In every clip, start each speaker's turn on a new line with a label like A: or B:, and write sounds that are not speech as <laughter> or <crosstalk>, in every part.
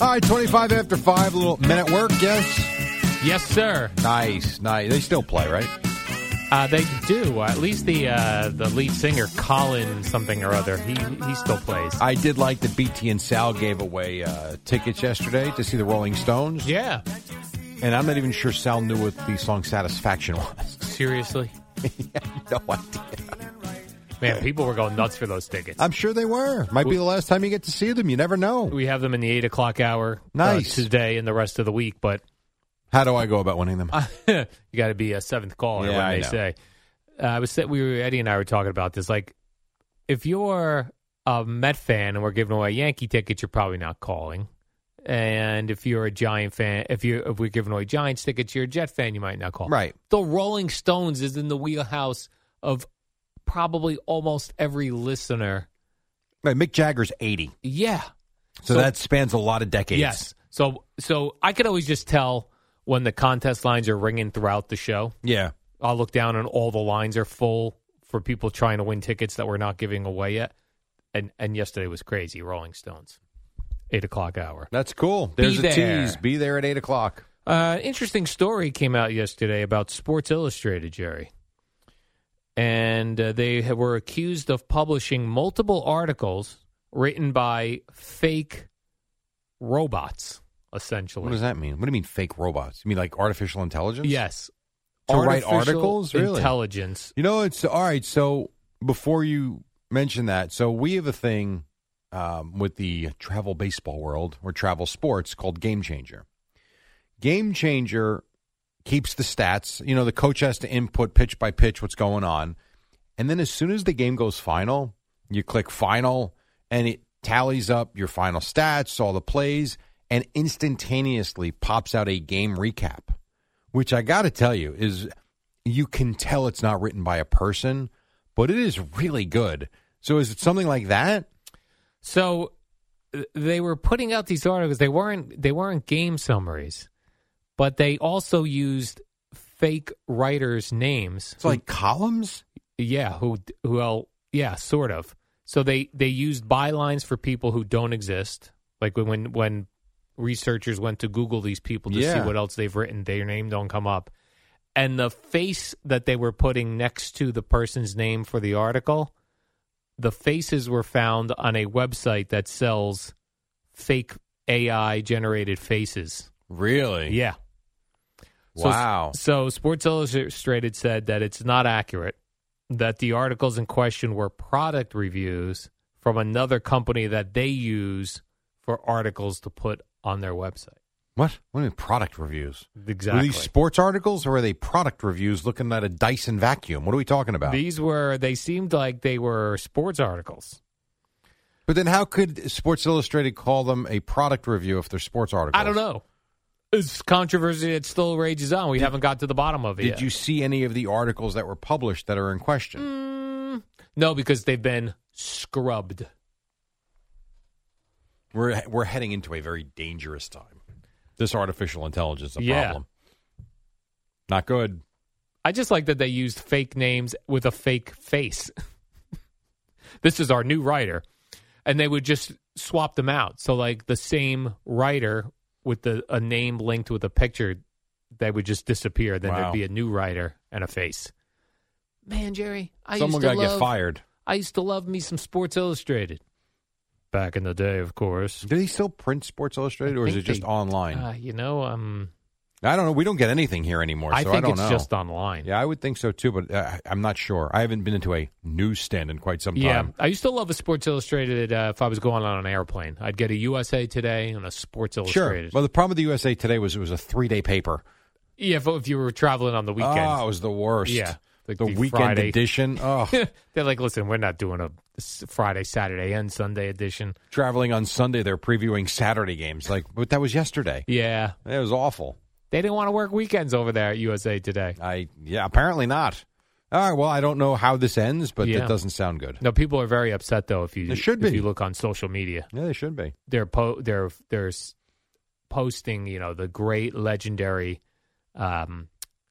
A: All right, 25 after 5, a little minute work, yes?
B: Yes, sir.
A: Nice, nice. They still play, right?
B: Uh, they do. At least the uh, the lead singer, Colin something or other, he he still plays.
A: I did like that BT and Sal gave away uh, tickets yesterday to see the Rolling Stones.
B: Yeah.
A: And I'm not even sure Sal knew what the song Satisfaction <laughs> was.
B: Seriously,
A: no idea.
B: man, people were going nuts for those tickets.
A: I'm sure they were. Might be the last time you get to see them. You never know.
B: we have them in the eight o'clock hour. uh,
A: Nice.
B: today and the rest of the week, but
A: How do I go about winning them?
B: <laughs> you got to be a seventh caller.
A: Yeah,
B: when
A: I
B: they
A: know.
B: say, uh, I was sa- we were Eddie and I were talking about this. Like, if you're a Met fan and we're giving away Yankee tickets, you're probably not calling. And if you're a Giant fan, if you if we're giving away Giants tickets, you're a Jet fan, you might not call.
A: Right.
B: The Rolling Stones is in the wheelhouse of probably almost every listener.
A: Right, Mick Jagger's 80.
B: Yeah.
A: So,
B: So-
A: that spans a lot of decades.
B: Yes. So so I could always just tell when the contest lines are ringing throughout the show.
A: Yeah.
B: I'll look down and all the lines are full for people trying to win tickets that we're not giving away yet. And and yesterday was crazy. Rolling Stones, eight o'clock hour.
A: That's cool. There's a
B: there.
A: tease. Be there at 8 o'clock.
B: Uh, interesting story came out yesterday about Sports Illustrated, Jerry. And uh, they ha- were accused of publishing multiple articles written by fake robots, essentially.
A: What does that mean? What do you mean fake robots? You mean like artificial intelligence?
B: Yes.
A: To write
B: Artificial
A: articles? Really?
B: Intelligence.
A: You know, it's all right. So before you mention that, so we have a thing um, with the travel baseball world or travel sports called Game Changer. Game Changer keeps the stats. You know, the coach has to input pitch by pitch what's going on, and then as soon as the game goes final, you click final, and it tallies up your final stats, all the plays, and instantaneously pops out a game recap, which I got to tell you is you can tell it's not written by a person, but it is really good. So is it something like that?
B: So th- they were putting out these articles. They weren't they weren't game summaries, but they also used fake writers' names.
A: It's like columns?
B: Yeah, who who well, yeah, sort of. So they they used bylines for people who don't exist. Like when- when when researchers went to Google these people to
A: Yeah.
B: see what else they've written, their name don't come up. And the face that they were putting next to the person's name for the article, the faces were found on a website that sells fake AI generated faces.
A: Really?
B: Yeah. So-
A: Wow.
B: So, Sports Illustrated said that it's not accurate, that the articles in question were product reviews from another company that they use for articles to put on their website.
A: what? What are product reviews? Were
B: Exactly.
A: these sports articles or are they product reviews looking at a Dyson vacuum? What are we talking about?
B: These were, they seemed like they were sports articles.
A: but then how could Sports Illustrated call them a product review if they're sports articles?
B: I don't know. It's controversy that still rages on. We haven't got to the bottom of it
A: Did
B: yet.
A: you see any of the articles that were published that are in question?
B: Mm, no, because they've been scrubbed.
A: We're we're heading into a very dangerous time. This artificial intelligence is a
B: Yeah.
A: problem. Not good.
B: I just like that they used fake names with a fake face. <laughs> this is our new writer. And they would just swap them out. So like the same writer with the a name linked with a picture they would just disappear. Then
A: Wow.
B: there'd be a new writer and a face. Man, Jerry, I
A: Someone
B: used to
A: got to get
B: love,
A: fired.
B: I used to love me some Sports Illustrated. Back in the day, of course.
A: Do they still print Sports Illustrated,
B: I
A: or is it
B: think
A: just
B: they-
A: online?
B: Uh, you know, um,
A: I don't know. We don't get anything here anymore,
B: I
A: so
B: think
A: I don't
B: it's
A: know.
B: just online.
A: yeah, I would think so too, but uh, I'm not sure. I haven't been into a newsstand in quite some time.
B: Yeah, I used to love a Sports Illustrated. Uh, if I was going on an airplane, I'd get a USA Today and a Sports
A: sure.
B: Illustrated.
A: Well, the problem with the USA Today was it was a three day paper.
B: yeah, if, if you were traveling on the weekend,
A: Oh, it was the worst.
B: Yeah,
A: the,
B: like the
A: weekend
B: Friday.
A: edition. Oh,
B: <laughs>
A: <laughs>
B: they're like, listen, we're not doing a s- Friday, Saturday, and Sunday edition.
A: traveling on Sunday, they're previewing Saturday games. Like, but that was yesterday.
B: Yeah,
A: It was awful.
B: they didn't want to work weekends over there at USA Today.
A: I yeah, apparently not. All right. Well, I don't know how this ends, but
B: Yeah.
A: it doesn't sound good.
B: No, people are very upset though. If you
A: They should
B: if
A: be.
B: you look on social media,
A: Yeah, they should be.
B: they're po- they're they're s- posting you know the great legendary um,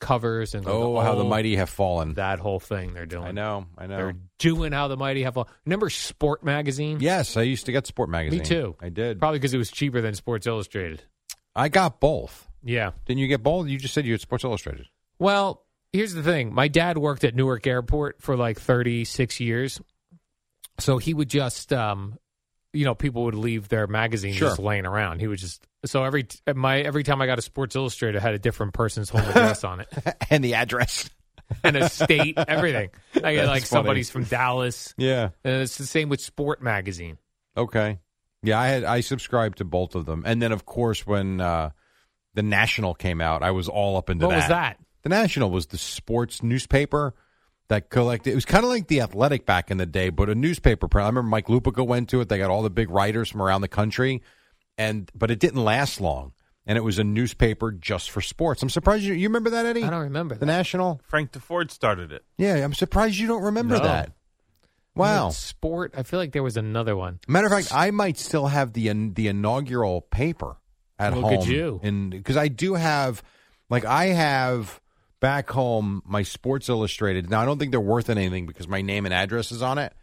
B: covers and
A: Oh, how the
B: old-
A: mighty have fallen.
B: that whole thing they're doing.
A: I know. I know. <laughs>
B: They're doing how the mighty have. Fallen. Remember Sport Magazine?
A: Yes, I used to get Sport magazine.
B: me too.
A: I did.
B: probably because it was cheaper than Sports Illustrated.
A: I got both.
B: Yeah.
A: Didn't you get both? You just said you had Sports Illustrated.
B: Well, here's the thing. My dad worked at Newark Airport for like 36 years. So he would just, um, you know, people would leave their magazines
A: Sure.
B: just laying around. He would just so every t- my every time I got a Sports Illustrated it had a different person's home
A: <laughs>
B: address on it
A: <laughs> and the address.
B: and a state, everything. I
A: That's
B: get like
A: funny.
B: somebody's from Dallas.
A: Yeah.
B: And it's the same with Sport Magazine.
A: Okay. Yeah, I had I subscribed to both of them, and then of course when uh, the National came out, I was all up into
B: What
A: that.
B: was that?
A: The National was the sports newspaper that collected. It was kind of like the Athletic back in the day, but a newspaper print. I remember Mike Lupica went to it. They got all the big writers from around the country, and but it didn't last long. And it was a newspaper just for sports. I'm surprised you, you remember that, Eddie.
B: I don't remember
A: the
B: that.
A: National.
C: Frank DeFord started it.
A: Yeah, I'm surprised you don't remember
B: No.
A: that. Wow.
B: Sport. I feel like there was another one.
A: Matter of fact, I might still have the in, the inaugural paper at
B: Look
A: home.
B: at you.
A: because I do have, like, I have back home my Sports Illustrated. Now I don't think they're worth anything because my name and address is on it,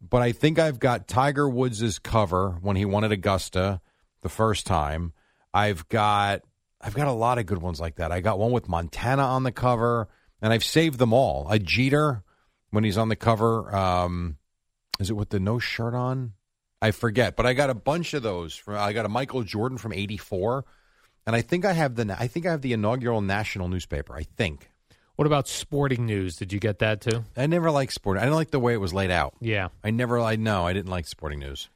A: but I think I've got Tiger Woods' cover when he won at Augusta the first time. I've got I've got a lot of good ones like that. I got one with Montana on the cover, and I've saved them all. A Jeter when he's on the cover. Um, is it with the no shirt on? I forget, but I got a bunch of those. From, I got a Michael Jordan from '84, and I think I have the I think I have the inaugural national newspaper. I think
B: What about sporting news? Did you get that too?
A: I never liked sporting. I didn't like the way it was laid out.
B: Yeah.
A: I never. I no, I didn't like sporting news.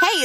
D: Hey,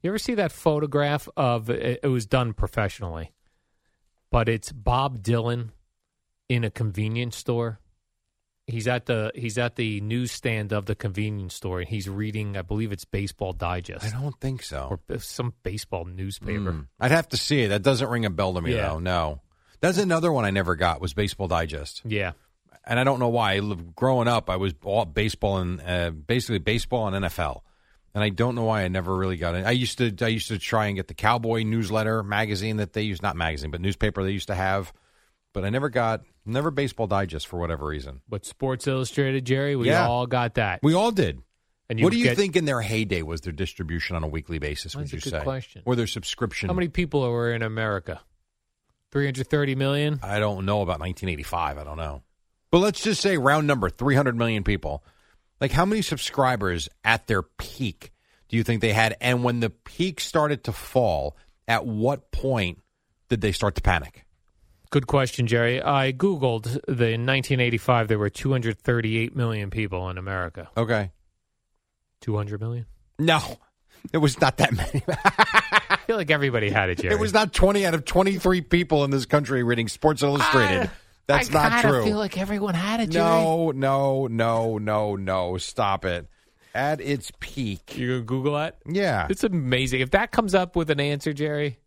B: You ever see that photograph of it, it was done professionally, but it's Bob Dylan in a convenience store. He's at the he's at the newsstand of the convenience store and he's reading, I believe it's Baseball
A: I
B: Digest
A: don't think so.
B: or b- some baseball newspaper.
A: Mm. I'd have to see it. That doesn't ring a bell to me
B: Yeah.
A: though. No, that's another one I never got was Baseball Digest,
B: Yeah,
A: and I don't know why. I live- Growing up, I was all baseball and uh, basically baseball and NFL. And I don't know why I never really got it. I used to I used to try and get the Cowboy newsletter magazine that they used not magazine but newspaper they used to have, but I never got never Baseball Digest for whatever reason.
B: but Sports Illustrated, Jerry, we
A: Yeah.
B: all got that.
A: We all did.
B: And
A: What do you
B: get-
A: think in their heyday was their distribution on a weekly basis?
B: That's
A: would
B: a
A: you
B: good
A: say
B: question.
A: or their subscription?
B: How many people were in America? Three hundred thirty million.
A: I don't know about 1985. I don't know. But let's just say round number 300 million people. Like how many subscribers at their peak do you think they had and when the peak started to fall, at what point did they start to panic?
B: Good question, Jerry. I googled the in 1985 there were 238 million people in America.
A: Okay.
B: 200 million?
A: No. <laughs> It was not that many. <laughs>
B: I feel like everybody had it, Jerry.
A: it was not 20 out of 23 people in this country reading Sports Illustrated.
B: Ah,
A: That's not true.
B: like everyone had it,
A: no, no, no, no, no. Stop it. At its peak.
B: You gonna Google that?
A: Yeah.
B: It's amazing. If that comes up with an answer, Jerry,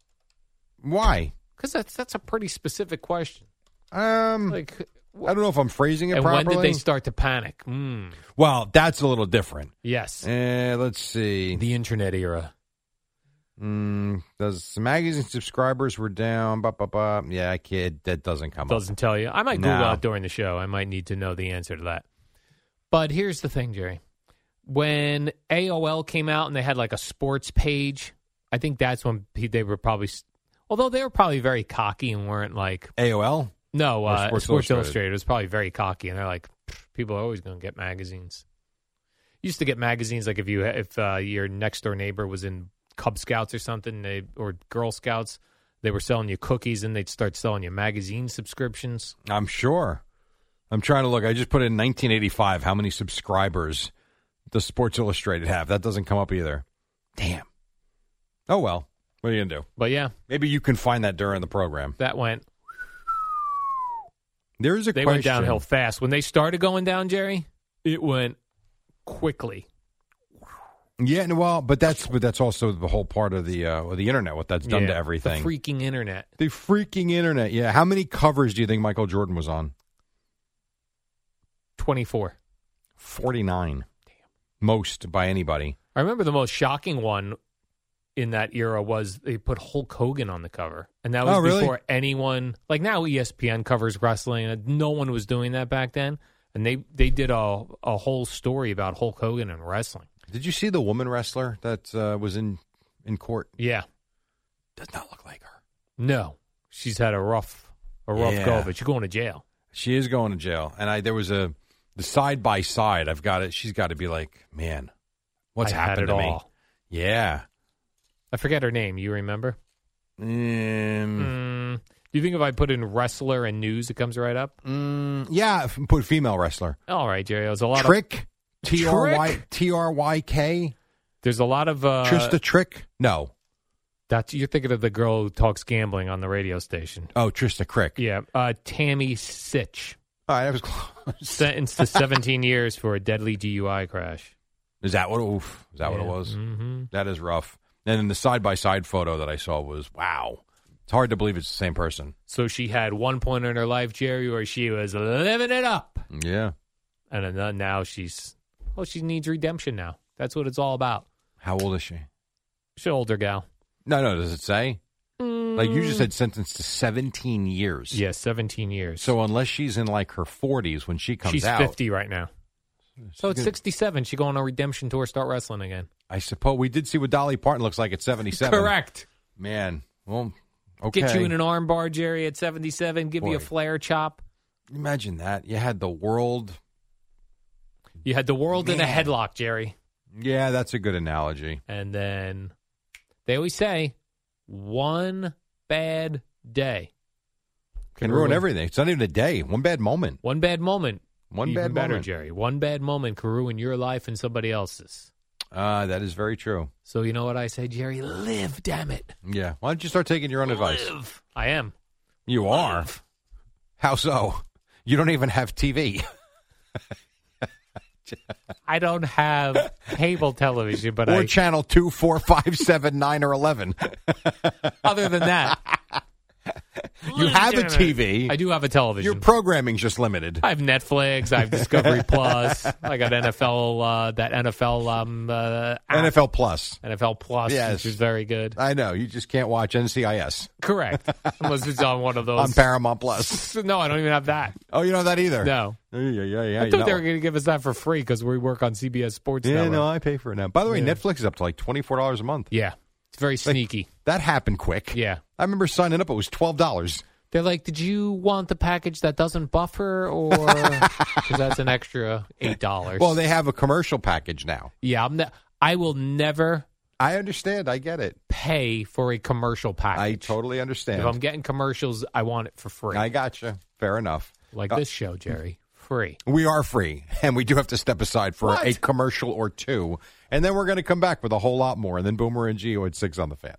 A: Why?
B: Because that's that's a pretty specific question.
A: Um,
B: Like, wh-
A: I don't know if I'm phrasing it
B: and
A: properly.
B: when did they start to panic? Mm,
A: Well, that's a little different.
B: yes,
A: Eh, let's see.
B: the internet era.
A: Mm, does magazine subscribers were down? Ba ba ba. Yeah, kid, that doesn't come up.
B: Doesn't tell you. I might Google
A: No.
B: out during the show. I might need to know the answer to that. But here's the thing, Jerry. When AOL came out and they had like a sports page, I think that's when pe- they were probably, s- although they were probably very cocky and weren't like,
A: AOL.
B: no,
A: Or Sports
B: uh, Sports,
A: Illustrated.
B: Illustrated. was probably very cocky, and they're like, "Pff, people are always going to get magazines. Used to get magazines like if you if uh, your next door neighbor was in Cub Scouts or something, they or Girl Scouts, they were selling you cookies, and they'd start selling you magazine subscriptions.
A: I'm sure. I'm trying to look. I just put in 1985. How many subscribers does Sports Illustrated have? That doesn't come up either. Damn. Oh well. What are you gonna do?
B: But yeah,
A: Maybe you can find that during the program.
B: that went
A: There's a
B: they
A: question.
B: went downhill fast when they started going down, Jerry. It went quickly.
A: Yeah, no, well, but that's but that's also the whole part of the uh, the internet. What that's done
B: Yeah.
A: to everything.
B: The freaking internet.
A: The freaking internet. Yeah. How many covers do you think Michael Jordan was on?
B: Twenty four.
A: 49. Most by anybody.
B: I remember the most shocking one in that era was they put Hulk Hogan on the cover, and that was
A: Oh, really?
B: before anyone like now E ESPN covers wrestling, and no one was doing that back then. And they they did a a whole story about Hulk Hogan and wrestling.
A: Did you see the woman wrestler that uh, was in in court?
B: Yeah,
A: Does not look like her.
B: no, she's had a rough a rough go
A: Yeah.
B: of it. She's going to jail.
A: She is going to jail. And I there was a the side by side. I've got it. She's got to be like, man, what's
B: I had
A: happened
B: it
A: to me?
B: all.
A: Yeah.
B: I forget her name. You remember?
A: Um,
B: Mm. Do you think if I put in wrestler and news, it comes right up?
A: mm, yeah. f- Put female wrestler.
B: All right, Jerry. There's a lot of
A: Trick. T R Y
B: Trick?
A: T R Y K.
B: there's a lot of uh,
A: Trista Trick. No.
B: That's you're thinking of the girl who talks gambling on the radio station.
A: Oh, Trista Crick.
B: Yeah, uh, Tammy Sitch
A: All right, that was <laughs> close. <laughs>
B: sentenced to 17 years for a deadly DUI crash.
A: Is that what? Oof, is that what it
B: Yeah.
A: was?
B: Mhm.
A: That is rough. And then the side by side photo that I saw was wow. It's hard to believe it's the same person.
B: So she had one point in her life, Jerry, where she was living it up,
A: Yeah.
B: and then uh, now she's well, she needs redemption now. That's what it's all about.
A: How old is she?
B: She's an older gal.
A: No, no. Does it say? Like you just said, sentenced to seventeen years.
B: Mm. Yeah, 17 years.
A: So unless she's in like her forties when she comes
B: she's
A: out,
B: 50 right now. So it's 67. She going on a redemption tour, start wrestling again.
A: I suppose we did see what Dolly Parton looks like at seventy-seven.
B: Correct.
A: Man. Well. Okay.
B: Get you in an arm bar, Jerry, at 77. Give you a
A: Boy.
B: flare chop.
A: Imagine that. You had the world.
B: You had the world in a
A: Man.
B: headlock, Jerry.
A: Yeah, that's a good analogy.
B: And then they always say one bad day
A: Can, ruin, everything. It's not even a day. One bad moment.
B: One bad moment.
A: One
B: even
A: bad
B: better,
A: moment.
B: Jerry. One bad moment can ruin your life and somebody else's.
A: Uh, that is very true.
B: So you know what I say, Jerry? Live, damn it.
A: Yeah. Why don't you start taking your own advice?
B: Live. I am.
A: You are. How so? You don't even have TV.
B: I don't have cable television, but
A: or
B: I,
A: channel two, four, five, seven, nine, or
B: <laughs>
A: 11.
B: other than that,
A: You have a
B: damn it.
A: TV.
B: I do have a television.
A: Your programming's just limited.
B: I have Netflix. I have
A: <laughs>
B: Discovery Plus. I got NFL. Uh, that NFL. Um, uh, app,
A: NFL Plus.
B: NFL Plus,
A: Yes. Uh,
B: which is very good.
A: I know. You just can't watch NCIS
B: Correct. Unless it's on one of those.
A: on Paramount
B: <laughs>
A: Plus.
B: No, I don't even have that.
A: Oh, you know that either?
B: No.
A: Yeah, yeah, yeah. yeah,
B: I
A: you
B: thought they
A: know.
B: were going to give us that for free because we work on CBS Sports
A: Yeah,
B: Network.
A: no, I pay for it now. By the way,
B: Yeah.
A: Netflix is up to like $24 a month.
B: yeah. It's very
A: Like,
B: sneaky.
A: that happened quick.
B: yeah.
A: I remember signing up. It was $12.
B: They're like, did you want the package that doesn't
A: <laughs>
B: buffer or. Because that's an extra $8.
A: Well, they have a commercial package now.
B: yeah, I'm ne- I will never
A: I understand. I get it.
B: pay for a commercial
A: I
B: package.
A: totally understand.
B: If I'm getting commercials, I want it for free.
A: I gotcha. Fair enough.
B: like
A: Uh,
B: this show, Jerry. Free.
A: We are free, <laughs> and we do have to step aside for a commercial or two, and then we're going to come back with a whole lot more. And then Boomer and Geo at six on the fan.